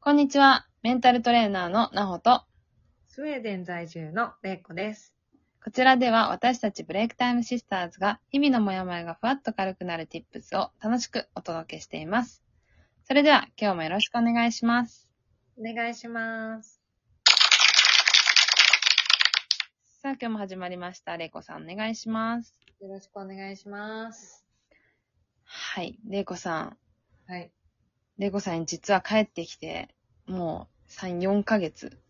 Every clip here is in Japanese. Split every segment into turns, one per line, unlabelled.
こんにちは。メンタルトレーナーのなほと、
スウェーデン在住のれいこです。
こちらでは私たちブレイクタイムシスターズが日々のモヤモヤがふわっと軽くなる tips を楽しくお届けしています。それでは今日もよろしくお願いします。
お願いします。
さあ今日も始まりました。れいこさんお願いします。
よろしくお願いします。
はい。れいこさん。
はい。
れいこさん実は帰ってきて、もう3、4ヶ月。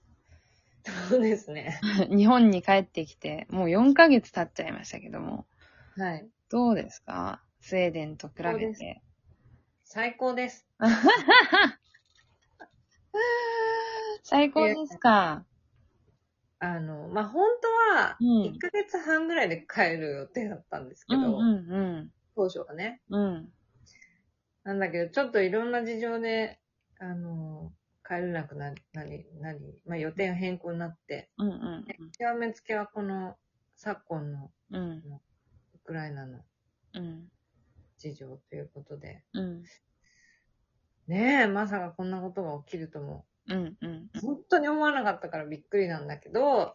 そうですね。
日本に帰ってきて、もう4ヶ月経っちゃいましたけども。
はい。
どうですかスウェーデンと比
そう
べ
で
て。
最高です。
最高ですか
あの、まあ、本当は、
うん
1ヶ月半ぐらいで帰る予定だったんですけ
うん
ど、
うん
当初はね。
うん。うん。
なんだけど、ちょっといろんな事情で、あの、帰れなくなり、なり、なり、まあ、予定が変更になって、
うんうん
極めつけはこの、昨今の
うん。うん
ウクライナの
うん
事情ということで、
うん
ねえ、まさかこんなことが起きるとも、
うんうん。
本当に思わなかったからびっくりなんだけど、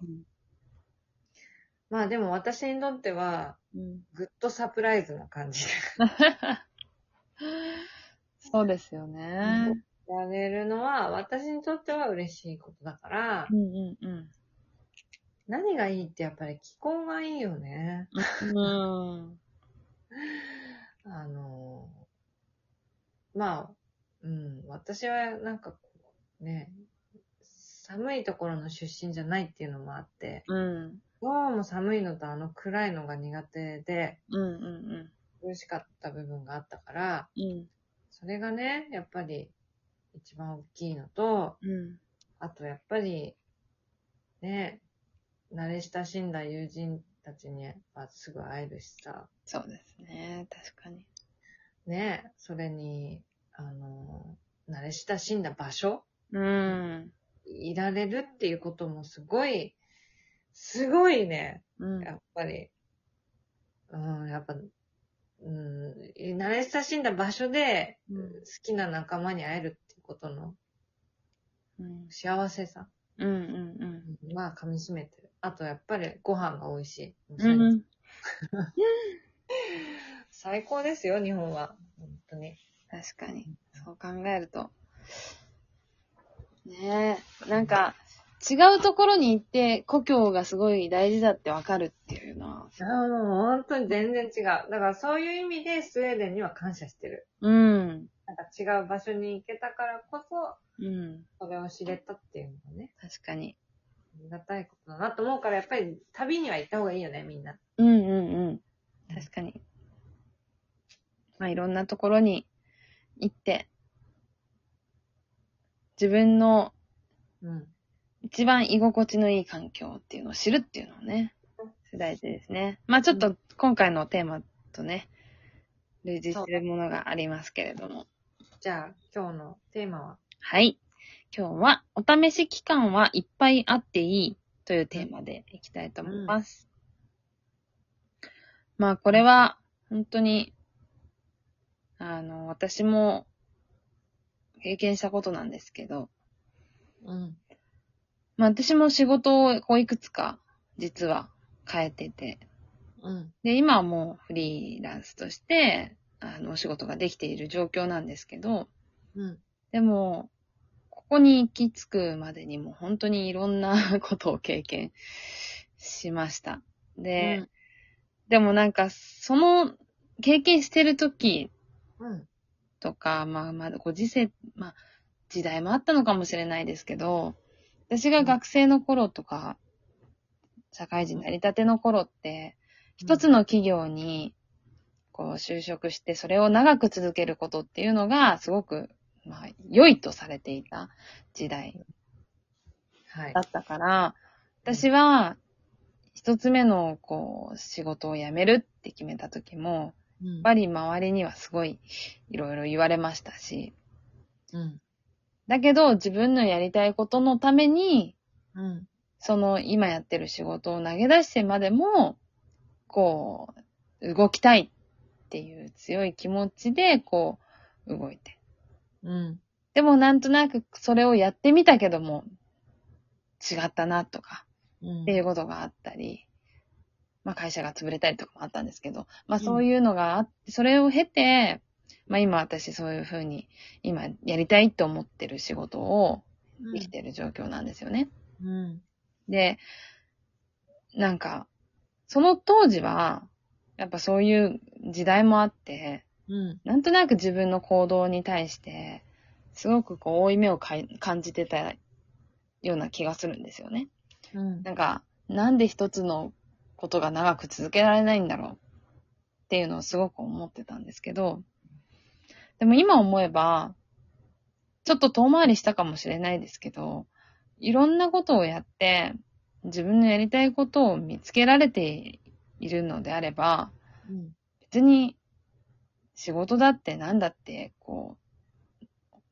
まあでも私にとっては、
うん
ぐっとサプライズな感じ。
そうですよね。
やれるのは、私にとっては嬉しいことだから
う、んうんうん。
何がいいってやっぱり気候がいいよね。
うん。
あの、まあ、うん、私はなんかこう、ね、寒いところの出身じゃないっていうのもあって、
うん。
どうも寒いのとあの暗いのが苦手で、
うんうん
苦しかった部分があったから、
うん。
それがね、やっぱり一番大きいのと、
うん。
あとやっぱり、ね、慣れ親しんだ友人たちにはすぐ会えるしさ、
そうですね。確かに。
ね、それに、あの、慣れ親しんだ場所、
うん。
いられるっていうこともすごい、すごいね、
うん。
やっぱり、うん、やっぱ、うん、慣れ親しんだ場所で
うん
好きな仲間に会えるっていうことの
うん
幸せさ。
うんうん
まあ、噛み締めてる。あと、やっぱりご飯が美味しい。
うん。うん。
最高ですよ、日本は。本当に。
確かに。そう考えると。ねえ。なんか、違うところに行って、故郷がすごい大事だってわかるっていうのは。
ああ、もう本当に全然違う。だから、そういう意味でスウェーデンには感謝してる。
うん。
なんか違う場所に行けたからこそ、
うん。
それを知れたっていうのがね、
確かに。
ありがたいことだなと思うから、やっぱり旅には行った方がいいよね、みんな。
うんうんうん。確かに。まあ、いろんなところに行って、自分の
うん。
一番居心地のいい環境っていうのを知るっていうのをね、大事ですね。まあちょっと今回のテーマとね、類似するものがありますけれども。
じゃあ、今日のテーマは、
はい。今日は、お試し期間はいっぱいあっていいというテーマでいきたいと思います。まあ、これは、本当に、あの、私も、経験したことなんですけど、
うん。
まあ、私も仕事を、こう、いくつか、実は、変えてて、
うん。
で、今はもう、フリーランスとして、あの、お仕事ができている状況なんですけど、
うん。
でも、ここに行き着くまでにも本当にいろんな ことを経験しました。で、でもなんか、その経験してる時
うん。
とか、まあまあ、ご時世、まあ、時代もあったのかもしれないですけど、私が学生の頃とか、社会人なりたての頃って、一つの企業に、こう、就職して、それを長く続けることっていうのが、すごく、まあ、良いとされていた時代
はい
だ。ったから、私は、一つ目の、こう、仕事を辞めるって決めた時も、
うん
やっぱり周りにはすごい、いろいろ言われましたし、
うん。
だけど、自分のやりたいことのために、
うん。
その今やってる仕事を投げ出してまでも、こう、動きたいっていう強い気持ちで、こう、動いて。
うん。
でもなんとなくそれをやってみたけども、違ったなとか、
うん
っていうことがあったり、まあ会社が潰れたりとかもあったんですけど、まあそういうのがあって、それを経て、まあ今私そういうふうに、今やりたいと思ってる仕事を生きてる状況なんですよね。
うん。
で、なんか、その当時は、やっぱそういう時代もあって、
うん。
なんとなく自分の行動に対して、すごくこう、多い目をかい感じてたような気がするんですよね。
うん。
なんか、なんで一つのことが長く続けられないんだろうっていうのをすごく思ってたんですけど、でも今思えば、ちょっと遠回りしたかもしれないですけど、いろんなことをやって、自分のやりたいことを見つけられているのであれば、
うん。
別に仕事だってなんだって、こう、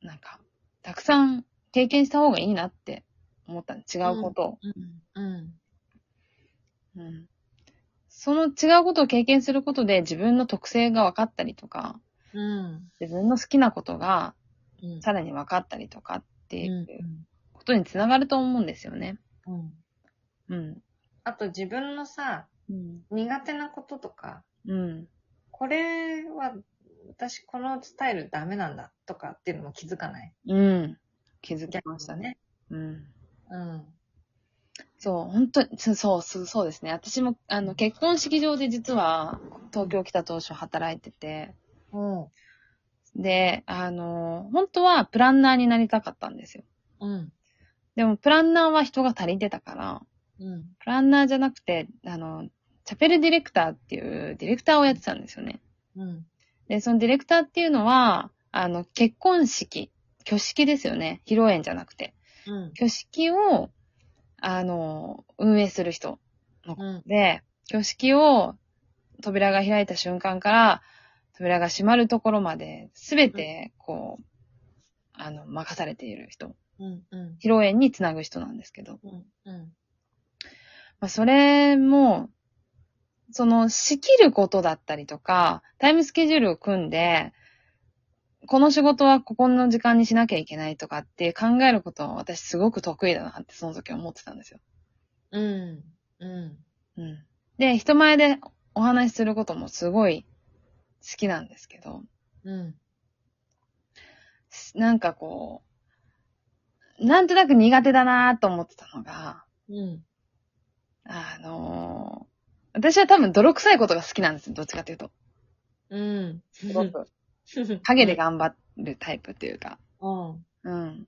なんか、たくさん経験した方がいいなって思ったの違うことを。
うん。
うんその違うことを経験することで自分の特性が分かったりとか、
うん。
自分の好きなことが
うん。
さらに分かったりとかって
う
い
ん
うことにつながると思うんですよね。
う
う
ん。
ん。
あと自分のさ、
うん。
苦手なこととか、
うん。
これは私このスタイルダメなんだとかっていうのも気づかない。
うん。気づきましたね。。うん。
うん。
そう、本当に、そうそう、そうそうですね。私も、あの、結婚式場で実は、東京来た当初働いてて、
おう。
で、あの、本当はプランナーになりたかったんですよ。
うん。
でも、プランナーは人が足りてたから、
うん。
プランナーじゃなくて、あの、チャペルディレクターっていうディレクターをやってたんですよね。
うん。
で、そのディレクターっていうのは、あの、結婚式、挙式ですよね。披露宴じゃなくて。
うん。
挙式を、あの、運営する人
うん。
で、挙式を扉が開いた瞬間から、扉が閉まるところまで、すべて、こう、あの、任されている人。
うん。うん。
披露宴につなぐ人なんですけど。
うん。うん。
まあ、それも、その、仕切ることだったりとか、タイムスケジュールを組んで、この仕事はここの時間にしなきゃいけないとかって考えることは私すごく得意だなってその時思ってたんですよ。
うん。うん。
うん。で、人前でお話しすることもすごい好きなんですけど、
うん。
なんかこう、なんとなく苦手だなと思ってたのが、
うん。
あのー私は多分泥臭いことが好きなんですよ。どっちかというと。
うん。
すごく。影で頑張るタイプっていうか。
うん。
うん。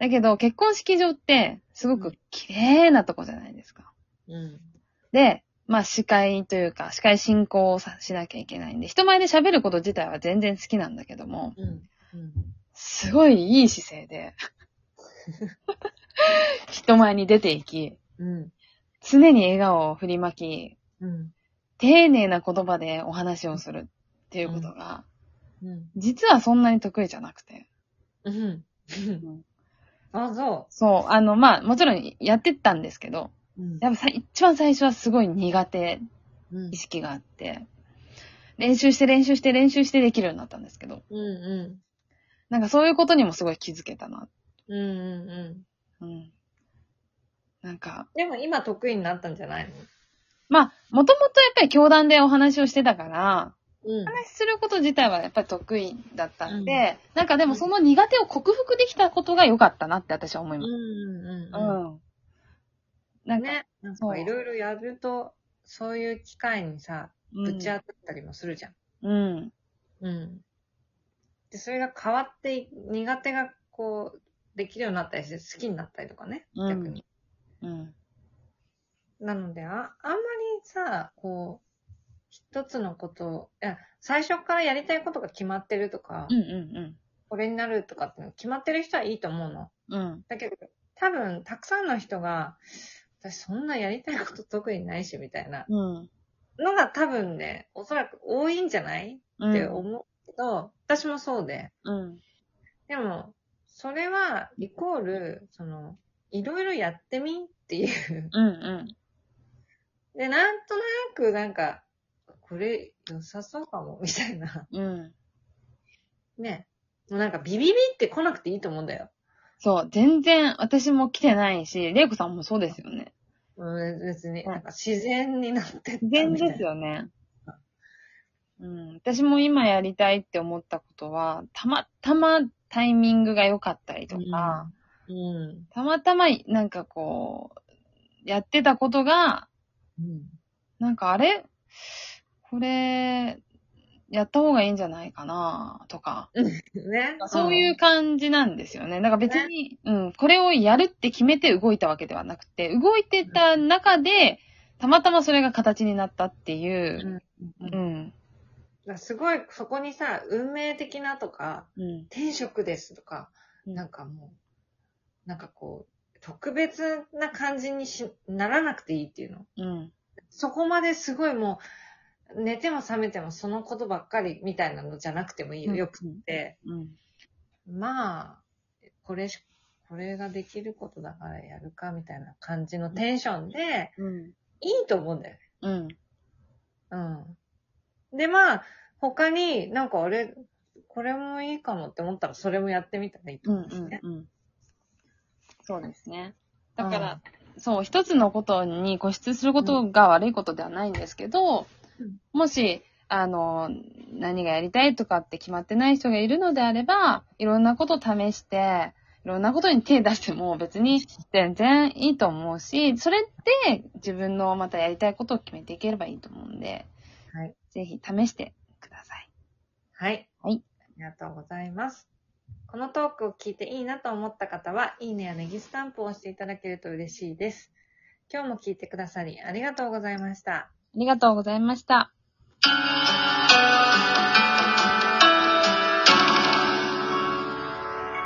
だけど、結婚式場って、すごく綺麗なとこじゃないですか。
うん。
で、まあ、司会というか、司会進行をさしなきゃいけないんで、人前で喋ること自体は全然好きなんだけども、
うん。うん。
すごいいい姿勢 で、人前に出ていき、
うん。
常に笑顔を振りまき、
うん。
丁寧な言葉でお話をするっていうことが、
うん。
実はそんなに得意じゃなくて。
うん。あ、そ
そう、あの、まあ、もちろんやってったんですけど、
う。うん
やっぱさ一番最初はすごい苦手
うん
意。識があって、練習して練習して練習してできるようになったんですけど、
うん。
なんかそういうことにもすごい気づけたな。
うん。うん。
う
うん。
ん。なんか、
でも今得意になったんじゃないの
まあ、もともとやっぱり教団でお話をしてたから、
うん
お。話しすること自体はやっぱり得意だったんで、なんかでもその苦手を克服できたことが良かったなって私は思います。
うん。
う。
うん
なんか、
ね。なん
そう
かいろいろやると、そういう機会にさ、
う
ぶ
ん
ち当たったりもするじゃん。
うん。
うん。で、それが変わってい、苦手がこう、できるようになったりして好きになったりとかね。
うん
逆に。
うん。
なので、あ、あんまりさ、こう、一つのことを、いや、最初からやりたいことが決まってるとか、
うんうん
これになるとかっていうの決まってる人はいいと思うの。
うん。うん。
だけど、多分、たくさんの人が、私そんなやりたいこと特にないし、みたいな
うん。
のが多分ね、おそらく多いんじゃない
うん。
って思うけど、私もそうで。
うん。
でも、それは、イコール、その、いろいろやってみっていう。
うんうん。
で、なんとなく、なんか、これ、良さそうかも、みたいな。
うん。
ね。もうなんかビビビって来なくていいと思うんだよ。
そう、全然私も来てないし、れいこさんもそうですよね。
うん、別に、
うん
なんか自然になってった
自
みたい
然
な
ですよね。うん、私も今やりたいって思ったことは、たまたまタイミングが良かったりとか、
うん。
たまたまなんかこう、やってたことが、
うん。
なんかあれこれ、やった方がいいんじゃないかなとか、
ね。
そういう感じなんですよね。だから別に、うん、これをやるって決めて動いたわけではなくて、動いてた中で、たまたまそれが形になったっていう、
うん。
う
だか
ん、
らすごい、そこにさ、運命的なとか、
うん、
天職ですとか、
うん
なんかもう、なんかこう、特別な感じにしならなくていいっていうの。
うん。
そこまですごいもう、寝ても覚めてもそのことばっかりみたいなのじゃなくてもいいよ。よくって。
うん。
まあ、これし、これができることだからやるかみたいな感じのテンションで、
うん。
いいと思うんだよね。
うん。
うん。で、まあ、他になんかあれ、これもいいかもって思ったらそれもやってみたらいいと
う
思
ん
うんですね。
うん。そうですね。だから、そう、一つのことに固執することが悪いことではないんですけど、
うん
もし、あの、何がやりたいとかって決まってない人がいるのであれば、いろんなことを試して、いろんなことに手出しても別に全然いいと思うし、それって自分のまたやりたいことを決めていければいいと思うんで、
はい。
ぜひ試してください。
はい。
はい。
ありがとうございます。このトークを聞いていいなと思った方は、いいねやネギスタンプを押していただけると嬉しいです。今日も聞いてくださりありがとうございました。
ありがとうございました。